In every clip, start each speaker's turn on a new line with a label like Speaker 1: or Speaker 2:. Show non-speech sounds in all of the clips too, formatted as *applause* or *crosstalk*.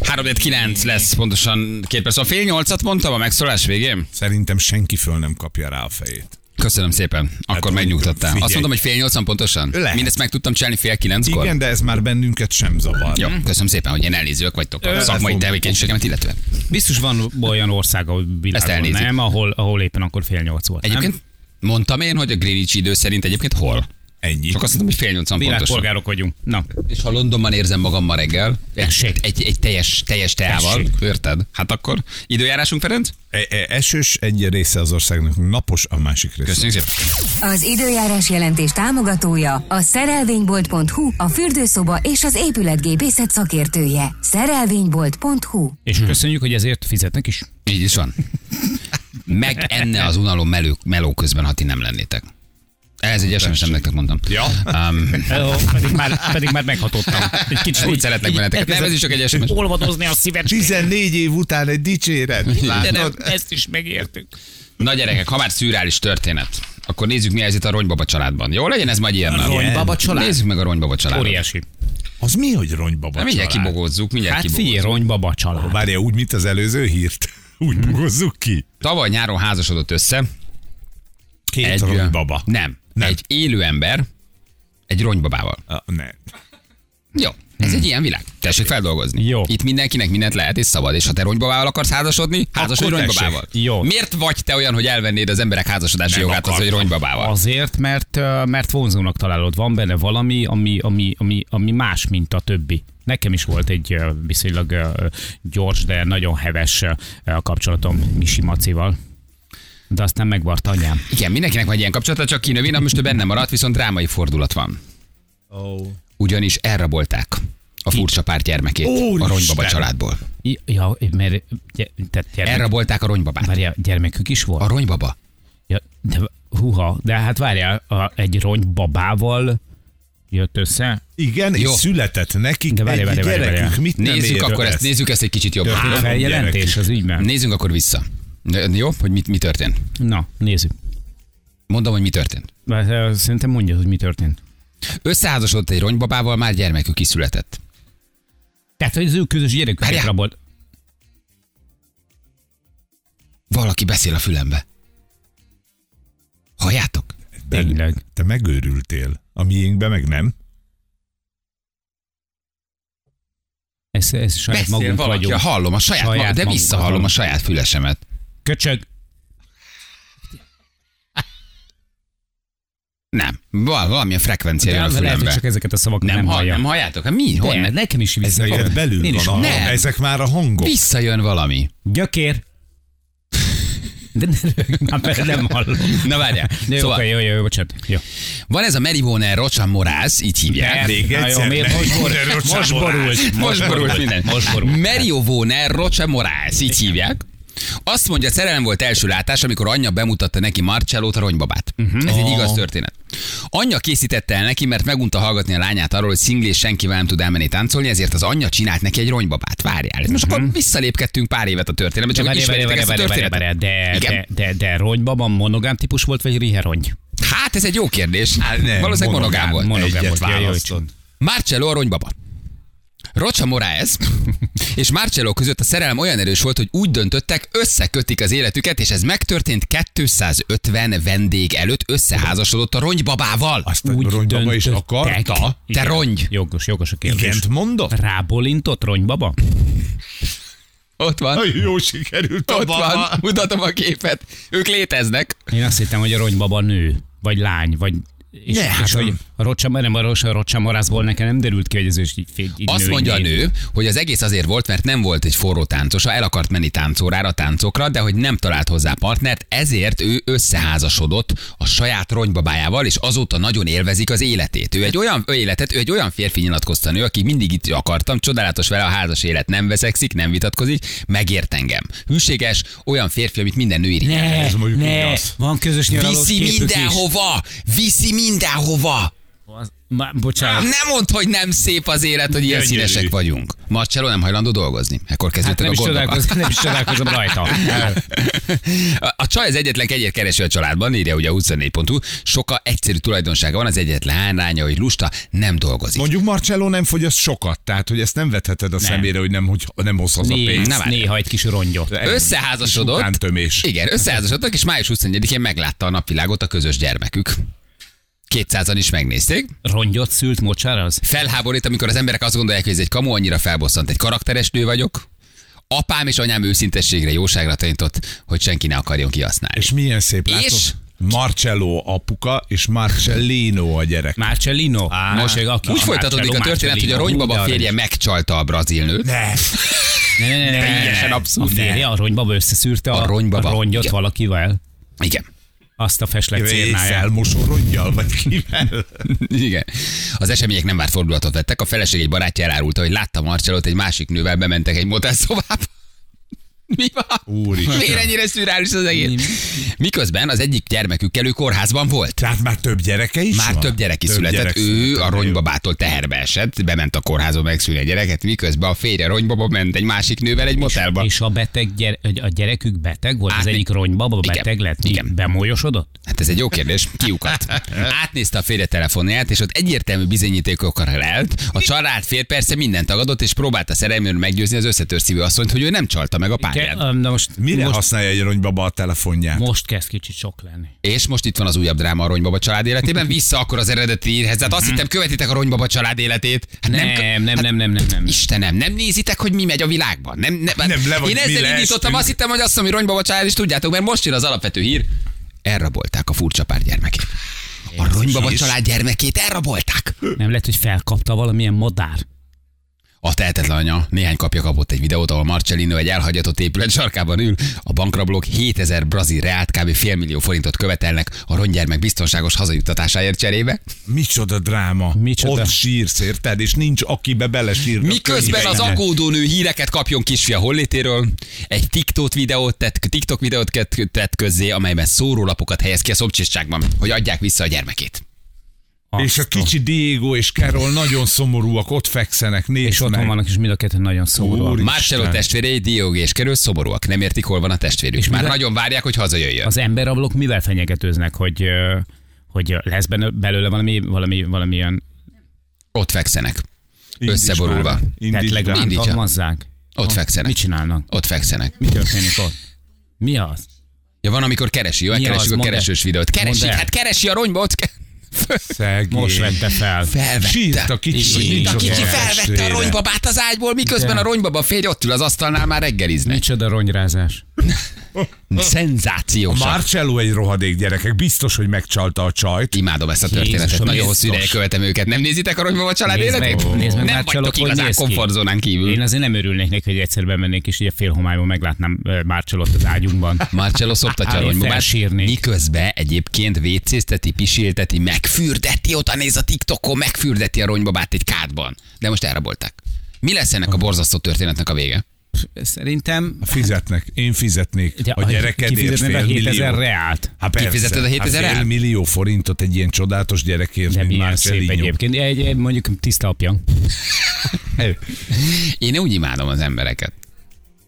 Speaker 1: 3-9 lesz pontosan két perc. A fél nyolcat mondtam a megszólás végén?
Speaker 2: Szerintem senki föl nem kapja rá a fejét.
Speaker 1: Köszönöm szépen. Akkor
Speaker 2: mondjuk,
Speaker 1: megnyugtattál.
Speaker 2: Hát, figyelj.
Speaker 1: Azt mondtam, hogy fél nyolcan pontosan?
Speaker 2: Lehet.
Speaker 1: Mindezt meg tudtam csinálni fél kilenckor?
Speaker 2: Igen, de ez már bennünket sem zavar.
Speaker 1: Jó, köszönöm szépen, hogy ilyen elnézők vagytok a
Speaker 2: Ö,
Speaker 1: szakmai
Speaker 2: fog-
Speaker 1: tevékenységemet illetően.
Speaker 3: Biztos van olyan ország, ahol világon,
Speaker 1: elnézik.
Speaker 3: nem, ahol, ahol éppen akkor fél nyolc volt.
Speaker 1: Egyébként
Speaker 3: nem?
Speaker 1: mondtam én, hogy a Greenwich idő szerint egyébként hol?
Speaker 2: Ennyi.
Speaker 1: Csak azt mondtam, hogy fél nyolcan pontosan.
Speaker 3: világpolgárok vagyunk. Na,
Speaker 1: És ha Londonban érzem magam ma reggel, egy,
Speaker 3: Tessék.
Speaker 1: egy, egy teljes, teljes teával,
Speaker 3: Tessék.
Speaker 1: érted? Hát akkor időjárásunk, Ferenc?
Speaker 2: E- e- Esős egy része az országnak, napos a másik része.
Speaker 1: Köszönjük szépen.
Speaker 4: Az időjárás jelentés támogatója a szerelvénybolt.hu, a fürdőszoba és az épületgépészet szakértője. Szerelvénybolt.hu
Speaker 3: és köszönjük, hogy ezért fizetnek is.
Speaker 1: Hm. Így is van. Meg enne az unalom melő, meló közben, ha ti nem lennétek. Ez egy esemény, nem nektek mondtam. Ja. Um,
Speaker 3: Ó, pedig, már, pedig már meghatottam. Egy kicsit
Speaker 1: úgy szeretlek benneteket. Nem, ez is csak egy esemény.
Speaker 3: *laughs* Olvadozni a szíved.
Speaker 2: 14 év után egy
Speaker 1: *laughs*
Speaker 2: dicséret.
Speaker 3: De nem,
Speaker 2: Látod?
Speaker 3: ezt is megértük.
Speaker 1: Na gyerekek, ha már szürreális történet, akkor nézzük mi helyzet a Ronybaba családban. Jó legyen ez majd ilyen nap.
Speaker 2: Ronybaba
Speaker 1: család? Nézzük meg a Ronybaba családot.
Speaker 3: Óriási.
Speaker 2: Az mi, hogy ronybaba
Speaker 1: Na, Hát mindjárt
Speaker 2: család?
Speaker 1: kibogózzuk, mindjárt
Speaker 3: Hát
Speaker 1: kibogózzuk.
Speaker 3: figyelj, ronybaba család.
Speaker 2: Várja, úgy, mint az előző hírt. *laughs* Úgy
Speaker 1: Hmm.
Speaker 2: bogozzuk ki.
Speaker 1: Tavaly nyáron házasodott össze.
Speaker 2: Két
Speaker 1: Egy
Speaker 2: ronybaba.
Speaker 1: Nem,
Speaker 2: Nem.
Speaker 1: nem. Egy élő ember egy ronybabával.
Speaker 2: A, ne.
Speaker 1: Jó. Ez
Speaker 2: Hmm.
Speaker 1: egy ilyen világ. Tessék feldolgozni.
Speaker 3: Jó.
Speaker 1: Itt mindenkinek mindent lehet és szabad. És ha te ronybabával akarsz házasodni, házasodj
Speaker 2: Akkor
Speaker 1: ronybabával.
Speaker 2: tessék.
Speaker 3: Jó.
Speaker 1: Miért vagy te olyan, hogy elvennéd az emberek házasodási
Speaker 2: Nem
Speaker 1: jogát Hát az,
Speaker 2: akartam.
Speaker 1: hogy ronybabával?
Speaker 3: Azért, mert, ö, mert vonzónak találod. Van benne valami, ami, ami, ami, ami más, mint a többi. Nekem is volt egy ö, viszonylag ö, gyors, de nagyon heves ö, kapcsolatom Misi Macival. De aztán megvart anyám.
Speaker 1: Igen, mindenkinek van ilyen kapcsolata, csak kinövi, na most ő benne maradt, viszont drámai fordulat van.
Speaker 2: Oh.
Speaker 1: Ugyanis elrabolták a furcsa pár gyermekét
Speaker 2: Úristen!
Speaker 1: a ronybaba családból.
Speaker 3: I- Ja, mert gy- tehát gyermek,
Speaker 1: Elrabolták a ronybabát.
Speaker 3: várjál, gyermekük is volt?
Speaker 1: A ronybaba.
Speaker 3: Ja, de húha, de hát várjál, a, egy rony babával jött össze.
Speaker 2: Igen, és
Speaker 1: Jó.
Speaker 2: született nekik
Speaker 3: De várj,
Speaker 2: egy
Speaker 3: várj, várj,
Speaker 2: gyerekük.
Speaker 3: várj.
Speaker 2: Mit nem
Speaker 1: Nézzük
Speaker 2: ér
Speaker 1: akkor
Speaker 2: ez?
Speaker 1: ezt, nézzük ezt egy kicsit jobban.
Speaker 3: Történt
Speaker 1: Á,
Speaker 3: feljelentés az ügyben.
Speaker 1: Nézzünk akkor vissza. De- Jó, hogy mit, mi történt?
Speaker 3: Na, nézzük.
Speaker 1: Mondom, hogy mi történt.
Speaker 3: Mert, ö, Szerintem mondja, hogy mi történt.
Speaker 1: Összeházasodott egy ronybabával, már gyermekük is született.
Speaker 3: Tehát, hogy az ő közös gyereküket
Speaker 1: Várjál.
Speaker 3: rabolt.
Speaker 1: Valaki beszél a fülembe. Halljátok?
Speaker 2: De-
Speaker 3: Tényleg.
Speaker 2: Te megőrültél. A miénkbe meg nem.
Speaker 3: Ez, ez saját
Speaker 1: Beszél
Speaker 3: magunk
Speaker 1: valaki,
Speaker 3: vagyunk.
Speaker 1: hallom a saját, saját
Speaker 3: Saját
Speaker 1: magam, de
Speaker 3: magunk
Speaker 1: visszahallom
Speaker 3: vagyunk.
Speaker 1: a saját fülesemet.
Speaker 3: Köcsög.
Speaker 1: Nem, val valamilyen frekvencia jön a
Speaker 3: De lehet, hogy
Speaker 1: fülembe.
Speaker 3: csak ezeket a szavakat
Speaker 1: nem,
Speaker 3: nem,
Speaker 1: nem, hall,
Speaker 3: hallja.
Speaker 1: nem halljátok? Hát mi? Hol?
Speaker 3: De,
Speaker 1: Ne?
Speaker 3: nekem is
Speaker 2: Ez
Speaker 3: vissza.
Speaker 2: neked belül
Speaker 3: Én
Speaker 2: van.
Speaker 3: is
Speaker 2: A,
Speaker 1: nem.
Speaker 2: ezek már a hangok.
Speaker 1: Visszajön valami.
Speaker 3: Gyökér. De ne rögj már, mert nem hallom.
Speaker 1: Na
Speaker 3: *laughs*
Speaker 1: várjál.
Speaker 3: De jó,
Speaker 1: szóval,
Speaker 3: okay, jó, jó, jó, bocsánat. Jó.
Speaker 1: van ez a Merivone Rocsan Morász, így hívják.
Speaker 2: Még
Speaker 3: Na jó,
Speaker 2: egyszer,
Speaker 3: miért
Speaker 2: ne-
Speaker 3: most borult?
Speaker 2: Minden rosszul
Speaker 3: Most
Speaker 2: borult.
Speaker 3: borult.
Speaker 1: *laughs* Most borult minden.
Speaker 3: Most borult.
Speaker 1: Merivone Rocha Morász, így hívják. Azt mondja, szerelem volt első látás, amikor anyja bemutatta neki Marcellót, a ronybabát.
Speaker 3: Mhm.
Speaker 1: Uh-huh. Ez
Speaker 3: Ah.
Speaker 1: egy igaz történet. Anyja készítette el neki, mert megunta hallgatni a lányát arról, hogy szinglés senkivel nem tud elmenni táncolni, ezért az anyja csinált neki egy ronybabát. Várjál. Most uh-huh. akkor visszalépkedtünk pár évet a történetbe, csak hogy
Speaker 3: Mhm. Várj, várj,
Speaker 1: ismerjétek
Speaker 3: várj,
Speaker 1: ezt a
Speaker 3: várj, várj,
Speaker 1: történetet.
Speaker 3: várj, de,
Speaker 1: Igen?
Speaker 3: de, de, de ronybaba monogám típus volt, vagy riherony?
Speaker 1: Hát ez egy jó kérdés.
Speaker 2: nem,
Speaker 1: Valószínűleg monogám
Speaker 2: monogám,
Speaker 1: volt.
Speaker 3: Monogám
Speaker 2: Egyet
Speaker 3: volt. Jaj, jaj,
Speaker 2: választott.
Speaker 1: Marcello a ronybaba. Rocha Moraes és Marcello között a szerelem olyan erős volt, hogy úgy döntöttek, összekötik az életüket, és ez megtörtént 250 vendég előtt összeházasodott a ronybabával.
Speaker 2: Azt a ronybaba is
Speaker 3: döntöttek.
Speaker 2: akarta.
Speaker 1: Te rongy!
Speaker 3: Jogos, jogos a kérdés.
Speaker 2: Igent mondott?
Speaker 3: Rábólintott ronybaba?
Speaker 1: Ott van,
Speaker 2: Nagyon jó sikerült a
Speaker 1: ott
Speaker 2: baba.
Speaker 1: van, mutatom a képet. Ők léteznek.
Speaker 3: Én azt hittem, hogy a ronybaba nő, vagy lány, vagy... És,
Speaker 2: Ne,
Speaker 3: és
Speaker 2: hát
Speaker 3: hogy
Speaker 2: nem.
Speaker 3: a rocsam, nem a rocsam, rocsam morászból nekem nem derült ki, hogy ez is így, így, így
Speaker 1: Azt
Speaker 3: női
Speaker 1: mondja a
Speaker 3: név.
Speaker 1: nő, hogy az egész azért volt, mert nem volt egy forró táncosa, el akart menni táncórára, táncokra, de hogy nem talált hozzá partnert, ezért ő összeházasodott a saját ronybabájával, és azóta nagyon élvezik az életét. Ő egy olyan ő életet, ő egy olyan férfi nyilatkozta nő, aki mindig itt akartam, csodálatos vele a házas élet, nem veszekszik, nem vitatkozik, megért engem. Hűséges, olyan férfi, amit minden nő irigy.
Speaker 3: Ne,
Speaker 2: Ez mondjuk
Speaker 3: ne,
Speaker 2: igaz.
Speaker 3: van közös nyaralós
Speaker 1: Viszi
Speaker 3: képük is.
Speaker 1: mindenhova! Viszi mindenhova!
Speaker 3: Az, ma, bocsánat.
Speaker 1: Nem mondd, hogy nem szép az élet, hogy ilyen
Speaker 2: Gyönyörű.
Speaker 1: színesek vagyunk. Marcello nem hajlandó dolgozni. Ekkor
Speaker 3: Hát
Speaker 1: kezdődtek
Speaker 3: nem,
Speaker 1: a
Speaker 3: is
Speaker 1: gondok.
Speaker 3: csodálkozom, nem is csodálkozom
Speaker 1: *laughs*
Speaker 3: rajta.
Speaker 1: A- A csaj az egyetlen kegyet kereső a családban, írja ugye a 24 pontú. Soka egyszerű tulajdonsága van, az egyetlen hányránya, hogy lusta, nem dolgozik.
Speaker 2: Mondjuk Marcello nem fogyaszt sokat, tehát hogy ezt nem vetheted a szemére, hogy nem, hogy nem hoz haza
Speaker 3: Né,
Speaker 2: pénzt.
Speaker 1: nem áll.
Speaker 3: néha egy kis rongyot.
Speaker 1: Összeházasodott.
Speaker 2: És utántömés.
Speaker 1: Igen, összeházasodtak, és május 24-én meglátta a napvilágot a közös gyermekük. 200-an is megnézték.
Speaker 3: Rongyot szült mocsaraz?
Speaker 1: Felháborít, amikor az emberek azt gondolják, hogy ez egy kamu, annyira felbosszant. Egy karakteres nő vagyok. Apám és anyám őszintességre, jóságra tanított, hogy senki ne akarjon kihasználni.
Speaker 2: És milyen szép, látod?
Speaker 1: És?
Speaker 2: Marcello apuka, és Marcellino a gyerek.
Speaker 3: Márcellino?
Speaker 1: Most
Speaker 3: aki-
Speaker 1: úgy folytatódik a
Speaker 3: Marcello,
Speaker 1: történet, hogy a
Speaker 3: Marcellino.
Speaker 1: rongybaba
Speaker 3: Hú, de
Speaker 1: férje megcsalta a brazilnőt.
Speaker 2: Ne,
Speaker 3: Ne, ne, ne, ne, ne,
Speaker 1: Teljesen
Speaker 3: ne.
Speaker 1: abszurd.
Speaker 3: A férje a rongybaba összeszűrte a,
Speaker 1: A
Speaker 3: a,
Speaker 1: rongybaba.
Speaker 3: rongyot
Speaker 1: Igen.
Speaker 3: valakivel.
Speaker 1: Igen. *laughs*
Speaker 3: Azt a feslet
Speaker 2: Résszel,
Speaker 3: cérnáját.
Speaker 2: mosorongyal, vagy kivel?
Speaker 1: Igen. Az események nem várt fordulatot vettek. A feleség egy barátja elárulta, hogy látta Marcellót egy másik nővel, bementek egy motelszobába. *laughs* Mi van?
Speaker 2: Úristen.
Speaker 1: Miért ennyire szürális az egész? Miközben az egyik gyermekükkel ő kórházban volt.
Speaker 2: Tehát már több gyereke is
Speaker 1: Már
Speaker 2: van?
Speaker 1: több gyerek is született,
Speaker 2: gyerek
Speaker 1: ő
Speaker 2: született.
Speaker 1: a ronybabától teherbe esett, bement a kórházba megszülni a gyereket, miközben a férje ronybaba ment egy másik nővel egy motelba.
Speaker 3: És a beteg gyere, a gyerekük beteg volt?
Speaker 1: Átné-
Speaker 3: az egyik ronybaba
Speaker 1: Igen.
Speaker 3: beteg lett?
Speaker 1: Igen.
Speaker 3: Igen. Bemolyosodott?
Speaker 1: Hát ez egy jó kérdés, kiukat. Átnézte a férje telefonját, és ott egyértelmű bizonyítékokkal lelt. A család fél persze mindent tagadott, és próbálta szerelmőn meggyőzni az összetör szívű asszonyt, hogy ő nem csalta meg a
Speaker 3: Ke,
Speaker 1: párját.
Speaker 3: öm, na most,
Speaker 2: Mire
Speaker 3: most,
Speaker 2: használja egy ronybaba a telefonját?
Speaker 3: most kezd kicsit sok lenni.
Speaker 1: És most itt van az újabb dráma a Ronybaba család életében. Vissza akkor az eredeti írhez. Hát azt hittem, követitek a Ronybaba család életét. Hát
Speaker 3: Nem,
Speaker 1: kö-
Speaker 3: nem, nem, nem, nem, nem, nem.
Speaker 1: Istenem, nem nézitek, hogy mi megy a világban? Nem, nem,
Speaker 2: Nem, le vagy
Speaker 1: Én
Speaker 2: mi
Speaker 1: ezzel
Speaker 2: leestünk.
Speaker 1: indítottam, azt hittem, hogy azt mondom, hogy rongybaba család is tudjátok, mert most jön az alapvető hír. Elrabolták a furcsa pár gyermekét. A rongybaba
Speaker 2: is.
Speaker 1: család gyermekét elrabolták.
Speaker 3: Nem lehet, hogy felkapta valamilyen madár.
Speaker 1: A tehetetlen anya néhány kapja kapott egy videót, ahol Marcelino egy elhagyatott épület sarkában ül. A bankrablók 7000 brazil reált, kb. félmillió forintot követelnek a rongyermek biztonságos hazajuttatásáért cserébe.
Speaker 2: Micsoda dráma.
Speaker 3: Micsoda.
Speaker 2: Ott sírsz, érted? És nincs, akibe belesírnak.
Speaker 1: Miközben az
Speaker 2: Könyveinek.
Speaker 1: aggódónő híreket kapjon kisfia hollétéről, egy TikTok videót tett, TikTok videót kett- tett közzé, amelyben szórólapokat helyez ki a szomcsisságban, hogy adják vissza a gyermekét.
Speaker 2: És a kicsi Diego és Carol nagyon szomorúak, ott fekszenek, nézd
Speaker 3: És otthon
Speaker 2: meg.
Speaker 3: vannak, és mind a ketten nagyon szomorúak.
Speaker 2: Úristen.
Speaker 1: Marcello testvérei, Diog és Kerül szomorúak, nem értik, hol van a testvérük. És
Speaker 3: És
Speaker 1: már
Speaker 3: mivel-
Speaker 1: nagyon várják, hogy hazajöjjön.
Speaker 3: Az emberablók mivel fenyegetőznek, hogy ö, hogy ö, lesz benne- belőle valami, valami, valamilyen...
Speaker 1: Ott fekszenek.
Speaker 2: Indíts
Speaker 1: összeborulva.
Speaker 2: már.
Speaker 3: Tehát
Speaker 2: Indíts már.
Speaker 3: legalább
Speaker 1: Indítsa.
Speaker 3: tartalmazzák.
Speaker 1: Ott fekszenek.
Speaker 3: Mit csinálnak?
Speaker 1: Ott fekszenek.
Speaker 3: Mi történik ott? Mi az?
Speaker 1: Ja, van, amikor keresi, jó?
Speaker 3: Mi az?
Speaker 1: Keresik a
Speaker 3: Mondd el.
Speaker 1: keresős videót. Keresi,
Speaker 3: Mondd el.
Speaker 1: hát keresi a ronybot.
Speaker 2: Szegény.
Speaker 3: Most vette fel.
Speaker 1: Felvette.
Speaker 2: Sírt a kicsi,
Speaker 1: Sírt
Speaker 2: nincs
Speaker 1: a
Speaker 2: a
Speaker 1: kicsi,
Speaker 2: keresztére.
Speaker 1: felvette a ronybabát az ágyból, miközben
Speaker 3: De.
Speaker 1: a ronybaba férj ott ül az asztalnál már reggeliznek.
Speaker 3: Micsoda ronyrázás.
Speaker 1: Hmm. Szenzációs.
Speaker 2: Marcello egy rohadék gyerekek, biztos, hogy megcsalta a csajt.
Speaker 1: Imádom ezt a
Speaker 3: Jézusom,
Speaker 1: történetet. Nagyon hosszú
Speaker 3: biztos.
Speaker 1: ideje követem őket. Nem nézitek a ronybaba család
Speaker 3: Nézd meg,
Speaker 1: életét?
Speaker 3: nézd meg,
Speaker 1: Nem
Speaker 3: Marcello,
Speaker 1: vagytok
Speaker 3: hogy
Speaker 1: igazán
Speaker 3: néz ki.
Speaker 1: komfortzónán
Speaker 3: Én
Speaker 1: kívül.
Speaker 3: azért nem örülnék neki, hogy egyszer bemennék, és ugye fél homályban meglátnám ö, Marcellot az ágyunkban.
Speaker 1: Marcello szoptatja a
Speaker 3: Én
Speaker 1: ronybabát,
Speaker 3: felsírnék.
Speaker 1: miközben egyébként vécézteti, pisilteti, megfürdeti, ott néz a TikTokon, megfürdeti a ronybabát egy kádban. De most elrabolták. Mi lesz ennek a borzasztó történetnek a vége?
Speaker 3: Szerintem...
Speaker 2: Fizetnek, én fizetnék
Speaker 3: Ugye,
Speaker 2: a gyerekedért
Speaker 3: kifizetnek
Speaker 2: fél
Speaker 3: a 7000
Speaker 2: millió.
Speaker 3: reált.
Speaker 2: Hát persze,
Speaker 1: Kifizeted a 7000
Speaker 2: hát fél
Speaker 1: reált?
Speaker 2: millió forintot egy ilyen csodálatos gyerekért,
Speaker 3: De
Speaker 2: mint
Speaker 3: milyen szép
Speaker 2: Marcelino.
Speaker 3: egyébként. Egy, egy, mondjuk tiszta apja.
Speaker 1: Én úgy imádom az embereket.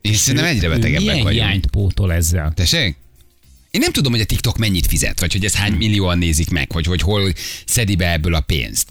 Speaker 1: Én szerintem egyre betegebbek
Speaker 3: Milyen
Speaker 1: vagyunk.
Speaker 3: hiányt pótol ezzel?
Speaker 1: Tessék? Én nem tudom, hogy a TikTok mennyit fizet, vagy hogy ez
Speaker 2: Hmm.
Speaker 1: hány millióan nézik meg, vagy hogy hol szedi be ebből a pénzt.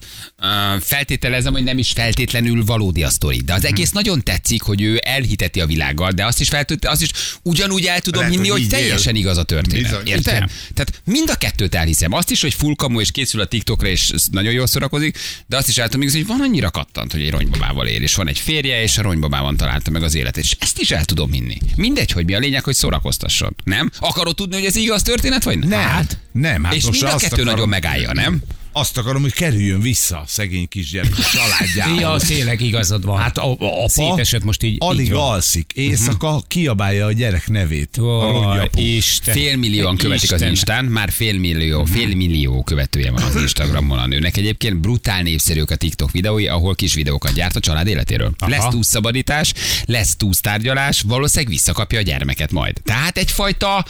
Speaker 1: Uh, feltételezem, hogy nem is feltétlenül valódi a sztori, de az
Speaker 2: Hmm.
Speaker 1: egész nagyon tetszik, hogy ő elhiteti a világgal, de azt is, feltűnt, azt is ugyanúgy el tudom
Speaker 2: Lehet,
Speaker 1: hinni,
Speaker 2: hogy
Speaker 1: hogy,
Speaker 2: így él.
Speaker 1: teljesen igaz a történet.
Speaker 2: Bizony.
Speaker 1: Érted?
Speaker 3: Igen.
Speaker 1: Tehát mind a kettőt elhiszem. Azt is, hogy full kamu és készül a TikTokra, és nagyon jól szórakozik, de azt is el tudom igazni, hogy van annyira kattant, hogy egy ronybabával él, és van egy férje, és a ronybabában találta meg az életet, és ezt is el tudom hinni. Mindegy, hogy mi a lényeg, hogy szórakoztasson. Nem? Akarod tudni, hogy ez igaz történet, vagy nem?
Speaker 2: Hát, nem, hát
Speaker 1: és
Speaker 2: most
Speaker 1: mind a
Speaker 2: azt
Speaker 1: kettő
Speaker 2: akarom-
Speaker 1: nagyon megállja, nem?
Speaker 2: Azt akarom, hogy kerüljön vissza a szegény kisgyerek a családjához.
Speaker 3: Ja, tényleg igazad van.
Speaker 2: Hát a, a apa
Speaker 3: Szétesett most így-
Speaker 2: alig
Speaker 3: így van. Mhm.
Speaker 2: alszik, éjszaka kiabálja a gyerek nevét.
Speaker 3: Ó,
Speaker 2: a rongyapó.
Speaker 3: Isten.
Speaker 1: Félmillióan követik az
Speaker 3: Isten.
Speaker 1: Instán, már félmillió, félmillió követője van az Instagramon a nőnek. Egyébként brutál népszerűek a TikTok videói, ahol kis videókat gyárt a család életéről. Aha.
Speaker 3: Aha.
Speaker 1: Lesz túlszabadítás, lesz túlsztárgyalás, valószínűleg visszakapja a gyermeket majd. Tehát egyfajta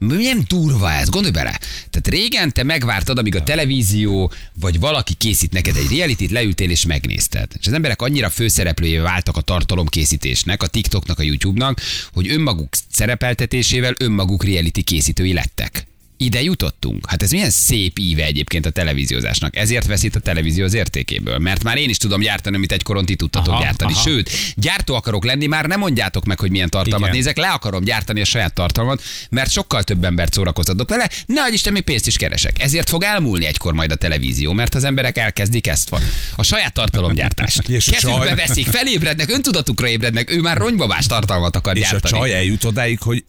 Speaker 1: Milyen durva ez, gondolj bele. Tehát régen te megvártad, amíg a televízió, vagy valaki készít neked egy reality leültél és megnézted. És az emberek annyira főszereplője váltak a tartalomkészítésnek, a TikToknak, a YouTube-nak, hogy önmaguk szerepeltetésével önmaguk reality készítői lettek. Ide jutottunk. Hát ez milyen szép íve egyébként a televíziózásnak. Ezért veszít a televízió az értékéből. Mert már én is tudom gyártani, amit egykoron ti tudtatok aha,
Speaker 3: Aha,
Speaker 1: gyártani.
Speaker 3: aha.
Speaker 1: Sőt, gyártó akarok lenni, már nem mondjátok meg, hogy milyen tartalmat
Speaker 3: Igen.
Speaker 1: nézek, le akarom gyártani a saját tartalmat, mert sokkal több embert szórakoztatok vele, ne adj Isten, mi pénzt is keresek. Ezért fog elmúlni egykor majd a televízió, mert az emberek elkezdik ezt van. A saját tartalomgyártást.
Speaker 2: És a
Speaker 1: Kezükbe
Speaker 2: csaj-
Speaker 1: veszik, felébrednek, öntudatukra ébrednek, ő már rongyvavás tartalmat akar
Speaker 2: És a
Speaker 1: gyártani.
Speaker 2: csaj eljut odáig, hogy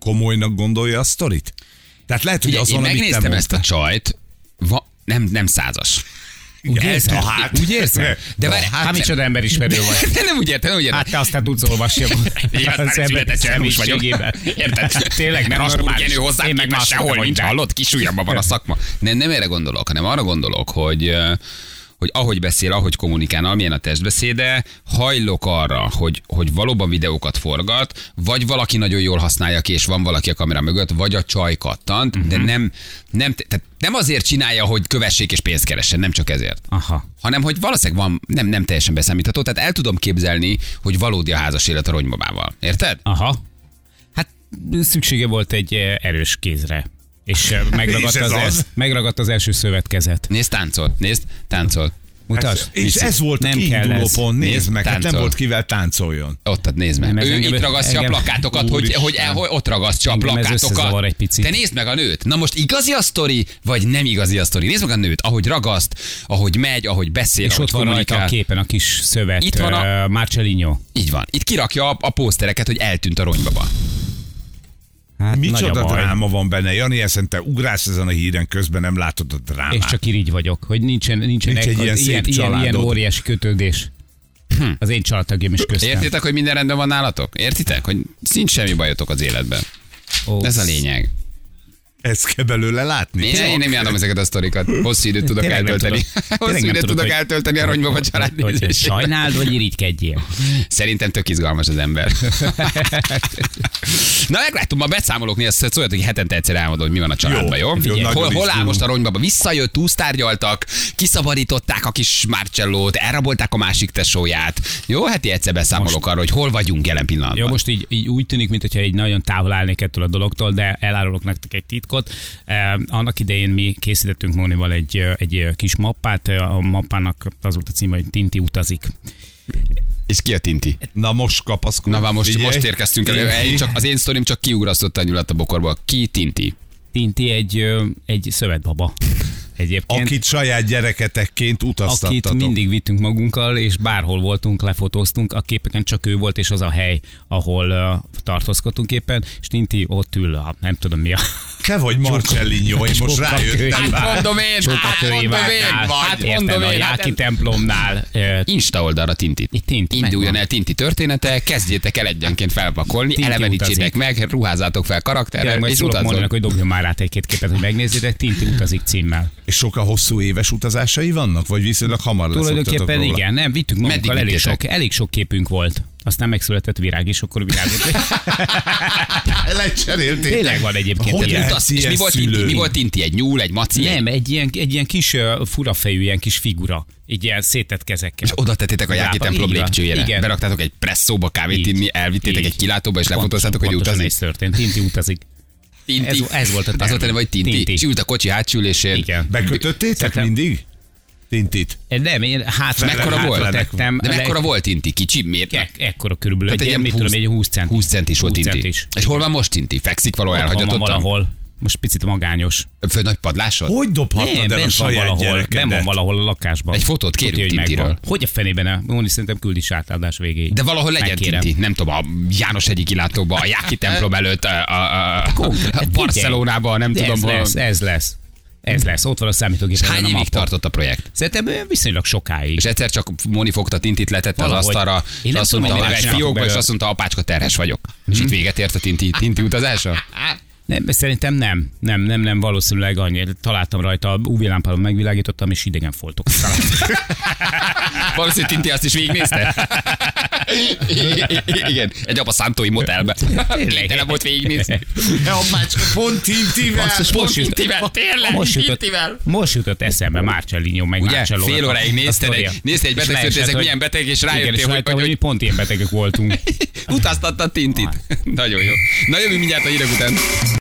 Speaker 2: komolynak gondolja a sztorit? Tehát lehet, hogy
Speaker 1: Ugye,
Speaker 2: azon,
Speaker 1: én
Speaker 2: amit te
Speaker 1: megnéztem
Speaker 2: mondtál-
Speaker 1: ezt a csajt, va, nem, nem százas. *laughs*
Speaker 3: Úgy érzem.
Speaker 1: hát. Úgy érzem? De várj,
Speaker 3: Hát micsoda emberismerő vagy.
Speaker 1: De nem úgy értem, nem úgy értem.
Speaker 3: Hát te aztán tudsz olvasni
Speaker 1: Igen,
Speaker 3: az
Speaker 1: nem született
Speaker 3: ember
Speaker 1: csalmus vagyok.
Speaker 3: személyiségében.
Speaker 1: Érted?
Speaker 3: Tényleg nem
Speaker 1: Hát Mert azt
Speaker 3: normális.
Speaker 1: ugyanő hozzá
Speaker 3: Én meg
Speaker 1: képest
Speaker 3: másokra
Speaker 1: sehol
Speaker 3: mondtam.
Speaker 1: nincs, hallott? Kis ujjabban van a szakma. Nem, nem erre gondolok, hanem arra gondolok, hogy eh, hogy ahogy beszél, ahogy kommunikál, amilyen a testbeszéde, hajlok arra, hogy, hogy valóban videókat forgat, vagy valaki nagyon jól használja ki, és van valaki a kamera mögött, vagy a csaj kattant, uh-huh. de nem, nem, tehát nem azért csinálja, hogy kövessék és pénzt keressen, nem csak ezért
Speaker 3: Aha.
Speaker 1: hanem hogy valószínűleg van, nem, nem teljesen beszámítható, tehát el tudom képzelni, hogy valódi a házas élet a ronybabával. Érted?
Speaker 3: Aha. Hát szüksége volt egy eh, erős kézre. És eh, megragadt,
Speaker 2: És ez
Speaker 3: az,
Speaker 2: az?
Speaker 3: az? megragadt az első szövetkezet.
Speaker 1: Nézd, táncol, nézd, táncol. Hát,
Speaker 3: Mutasd.
Speaker 2: És ez volt nem
Speaker 3: Nem
Speaker 2: a
Speaker 3: kell
Speaker 2: kiinduló
Speaker 3: ez.
Speaker 2: pont, nézd meg, hát nem
Speaker 1: Táncol.
Speaker 2: volt kivel táncoljon.
Speaker 1: Ott, ott nézd meg.
Speaker 3: Nem, ez
Speaker 1: Ő
Speaker 3: engem-
Speaker 1: itt ragasztja
Speaker 3: engem-
Speaker 1: a plakátokat, hogy,
Speaker 3: Úristen.
Speaker 1: hogy, el, hogy ott ragasztja a
Speaker 3: Engem ez
Speaker 1: plakátokat.
Speaker 3: összezavar egy picit.
Speaker 1: Te nézd meg a nőt. Na most igazi a sztori, vagy nem igazi a sztori? Nézd meg a nőt, ahogy ragaszt, ahogy megy, ahogy beszél,
Speaker 3: És
Speaker 1: ahogy
Speaker 3: ott van rajta a
Speaker 1: kommunikál.
Speaker 3: képen a kis szövet.
Speaker 1: Itt van a-
Speaker 3: eh, Marcellinho.
Speaker 1: Így van. Itt kirakja a, a pósztereket, hogy eltűnt a ronybaba.
Speaker 3: Hát nagy
Speaker 2: Micsoda
Speaker 3: a baj.
Speaker 2: dráma van benne, Jani, ezen te ugrász ezen a híren, közben nem látod a drámát.
Speaker 3: És csak irigy vagyok, hogy nincsen, nincsen
Speaker 2: Nincs egy
Speaker 3: ekkor-
Speaker 2: ilyen szép
Speaker 3: ilyen, ilyen,
Speaker 2: családod.
Speaker 3: ilyen óriási kötődés. Az én családtagjaim is köztem.
Speaker 1: Értitek, hogy minden rendben van nálatok? Értitek, hogy nincs semmi bajotok az életben?
Speaker 3: Ó,
Speaker 1: Ez a lényeg.
Speaker 2: Ezt kell belőle látni.
Speaker 1: Én, én nem jártam ezeket a sztorikat. Hosszú időt tudok
Speaker 3: Tényleg nem
Speaker 1: eltölteni.
Speaker 3: tudod. Tényleg
Speaker 1: Hosszú
Speaker 3: nem
Speaker 1: időt
Speaker 3: tudod,
Speaker 1: tudok
Speaker 3: hogy-
Speaker 1: eltölteni a ronyba vagy család
Speaker 3: hát, Hogy- hogy
Speaker 1: nézésére.
Speaker 3: Sajnáld, vagy irigykedjél.
Speaker 1: Szerintem tök izgalmas az ember. Na, megláttuk, ma beszámolóknél azt szóljatok, hogy hetente egyszer elmondod, hogy mi van a családban, jó?
Speaker 2: jó,
Speaker 1: Figyelj,
Speaker 2: nagyon
Speaker 1: hol, hol áll
Speaker 2: izgulunk.
Speaker 1: most a ronybaba? Visszajött, túlsztárgyaltak, kiszabadították a kis Marcellót, elrabolták a másik tesóját. Jó, heti egyszer beszámolok arról, hogy hol vagyunk jelen pillanatban.
Speaker 3: Jó, most így, így úgy tűnik, mintha egy nagyon távol állnék ettől a dologtól, de elárulok nektek egy titkot. Eh, annak idején mi készítettünk Mónival egy, eh, egy eh, kis mappát, eh, a mappának az volt a címe, hogy Tinti utazik.
Speaker 1: És ki a Tinti?
Speaker 2: Na most kapaszkodj.
Speaker 1: Na már most,
Speaker 2: Figyelj.
Speaker 1: most érkeztünk elő. Én csak, az én sztorim csak kiugrasztotta a nyulat a bokorból. Ki Tinti?
Speaker 3: Tinti egy, eh, egy szövetbaba. Egyébként.
Speaker 2: Akit saját gyereketekként
Speaker 3: akit
Speaker 2: utaztattatok.
Speaker 3: mindig vittünk magunkkal, és bárhol voltunk, lefotóztunk, a képeken csak ő volt, és az a hely, ahol uh, tartózkodtunk éppen, és Ninti ott ül, a, nem tudom mi a...
Speaker 2: Te vagy Marcellinho, és most
Speaker 3: Csóka
Speaker 2: rájöttem.
Speaker 3: kölyv.
Speaker 2: rá.
Speaker 1: Hát mondom én, hát
Speaker 3: Csóka
Speaker 1: mondom én,
Speaker 3: könyváknál,
Speaker 1: hát
Speaker 3: érted,
Speaker 1: mondom
Speaker 3: a
Speaker 1: én, hát
Speaker 3: Jáki
Speaker 1: ez-
Speaker 3: templomnál. eh,
Speaker 1: Insta oldalra Tintit.
Speaker 3: Itt Tinti,
Speaker 1: Induljon
Speaker 3: megvan.
Speaker 1: el Tinti története, kezdjétek el egyenként felpakolni,
Speaker 3: Tinti
Speaker 1: elevenítsétek
Speaker 3: utazik.
Speaker 1: meg, ruházátok fel
Speaker 3: Tényleg
Speaker 1: karakterrel,
Speaker 3: majd
Speaker 1: és
Speaker 3: szólok
Speaker 1: utazzon.
Speaker 3: mondanak, *laughs*
Speaker 1: *laughs*
Speaker 3: hogy dobjon már át egy-két képet, hogy megnézzétek, Tinti utazik címmel.
Speaker 2: És sokkal hosszú éves utazásai vannak? Vagy viszonylag hamar leszoktatok
Speaker 3: Tulajdonképpen
Speaker 2: róla? *laughs*
Speaker 3: igen, nem, vittünk
Speaker 1: Meddig
Speaker 3: magunkkal, elég
Speaker 1: vittétek?
Speaker 3: sok, elég sok képünk volt. Aztán megszületett virág, és akkor
Speaker 1: *laughs*
Speaker 3: virágot.
Speaker 2: Lecserélték.
Speaker 3: Tényleg van egyébként.
Speaker 2: Hogy
Speaker 3: ilyen.
Speaker 2: lehet
Speaker 1: Utaz, és
Speaker 2: ilyen
Speaker 1: mi volt, Tinti,
Speaker 2: szülő?
Speaker 1: mi volt Tinti? Egy nyúl, egy maci?
Speaker 3: Nem,
Speaker 1: egy-
Speaker 3: egy ilyen, egy ilyen kis uh, furafejű, ilyen kis figura. Így ilyen szétett kezekkel.
Speaker 1: És oda tettétek a Jáki
Speaker 3: Lába,
Speaker 1: templom
Speaker 3: így van.
Speaker 1: lépcsőjére.
Speaker 3: Igen.
Speaker 1: Beraktátok egy presszóba kávét
Speaker 3: Így.
Speaker 1: inni, elvittétek
Speaker 3: Így.
Speaker 1: egy kilátóba, és
Speaker 3: Pontosan-
Speaker 1: lefotóztátok, hogy
Speaker 3: pontosan
Speaker 1: utazik.
Speaker 3: Ez történt, Tinti utazik.
Speaker 1: Tinti.
Speaker 3: Ez- ez volt a
Speaker 1: Az volt a
Speaker 3: terv.
Speaker 1: neve, hogy Tinti.
Speaker 3: Tinti.
Speaker 1: És ült a kocsi hátsülésén.
Speaker 3: Igen.
Speaker 2: Bekötöttétek
Speaker 3: Szerintem-
Speaker 2: mindig? Tintit.
Speaker 3: Eh, Nem, én hátra,
Speaker 1: Mekkora
Speaker 3: hátra
Speaker 1: volt?
Speaker 3: Tettem,
Speaker 1: De mekkora volt Tinti? Kicsi? Miért?
Speaker 3: Ek, ekkora körülbelül.
Speaker 1: Tehát
Speaker 3: egy ilyen, mit tudom, egy 20 cent.
Speaker 1: 20 centis volt
Speaker 3: 20
Speaker 1: Tinti.
Speaker 3: centis.
Speaker 1: És hol van most Tinti? Fekszik valahol
Speaker 3: Otthon van
Speaker 1: elhagyatott?
Speaker 3: valahol. Most picit magányos.
Speaker 1: Föl nagy padláson?
Speaker 2: Hogy dobhattad el a
Speaker 3: bent van
Speaker 2: saját
Speaker 3: valahol, nem van
Speaker 2: gyerekedet?
Speaker 3: valahol a lakásban.
Speaker 1: Egy fotót kérünk
Speaker 3: Tudja, hogy
Speaker 1: Tintiről.
Speaker 3: megvan. Hogy a fenében? el? Móni szerintem küld is átadás végéig.
Speaker 1: De valahol legyen
Speaker 3: Megkérem.
Speaker 1: Tinti. Nem tudom, a János egyik kilátóba, a Jáki templom előtt, a, a,
Speaker 3: Hát
Speaker 1: a, a Barcelonába, nem
Speaker 3: De
Speaker 1: tudom.
Speaker 3: ez
Speaker 1: hol.
Speaker 3: lesz, ez lesz. Ez lesz, ott van a számítógép.
Speaker 1: És hány évig tartott a projekt?
Speaker 3: Szerintem eh, viszonylag sokáig.
Speaker 1: És egyszer csak Móni fogta Tintit, letette az
Speaker 3: Valahogy.
Speaker 1: asztalra,
Speaker 3: Én
Speaker 1: és
Speaker 3: nem
Speaker 1: azt
Speaker 3: tudom,
Speaker 1: mondta,
Speaker 3: hogy
Speaker 1: hogy
Speaker 3: minek
Speaker 1: egy
Speaker 3: csináltak
Speaker 1: fiókba, és
Speaker 3: belőle.
Speaker 1: azt mondta, apácska terhes vagyok. És itt véget ért a Tinti, tinti utazása?
Speaker 3: Nem, szerintem nem. Nem, nem, nem, valószínűleg annyi. Találtam rajta, UV lámpával megvilágítottam, és idegen foltok.
Speaker 1: *laughs* Valószínűleg Tinti azt is
Speaker 3: *laughs*
Speaker 1: végignézte. I- i- *laughs* Igen, egy apa szántói motelbe. Tényleg. Nem volt végignézni.
Speaker 2: Ja, bácska, pont tintivel.
Speaker 1: Azt most jut-
Speaker 3: most jutott,
Speaker 1: Tintivel, tényleg,
Speaker 3: most jutott,
Speaker 1: Tintivel.
Speaker 3: most jutott eszembe Márcsellinyó, meg
Speaker 1: Ugye?
Speaker 3: Marcello.
Speaker 1: Fél óráig nézted egy- nézted egy beteg szülőt, ezek milyen betegek, és rájöttél, hogy-
Speaker 3: hogy, hogy,
Speaker 1: hogy-
Speaker 3: mi
Speaker 1: *laughs*
Speaker 3: pont ilyen betegek voltunk.
Speaker 1: Ah. Utaztatta Tintit. Nagyon jó. Na jövő mindjárt a hírek után.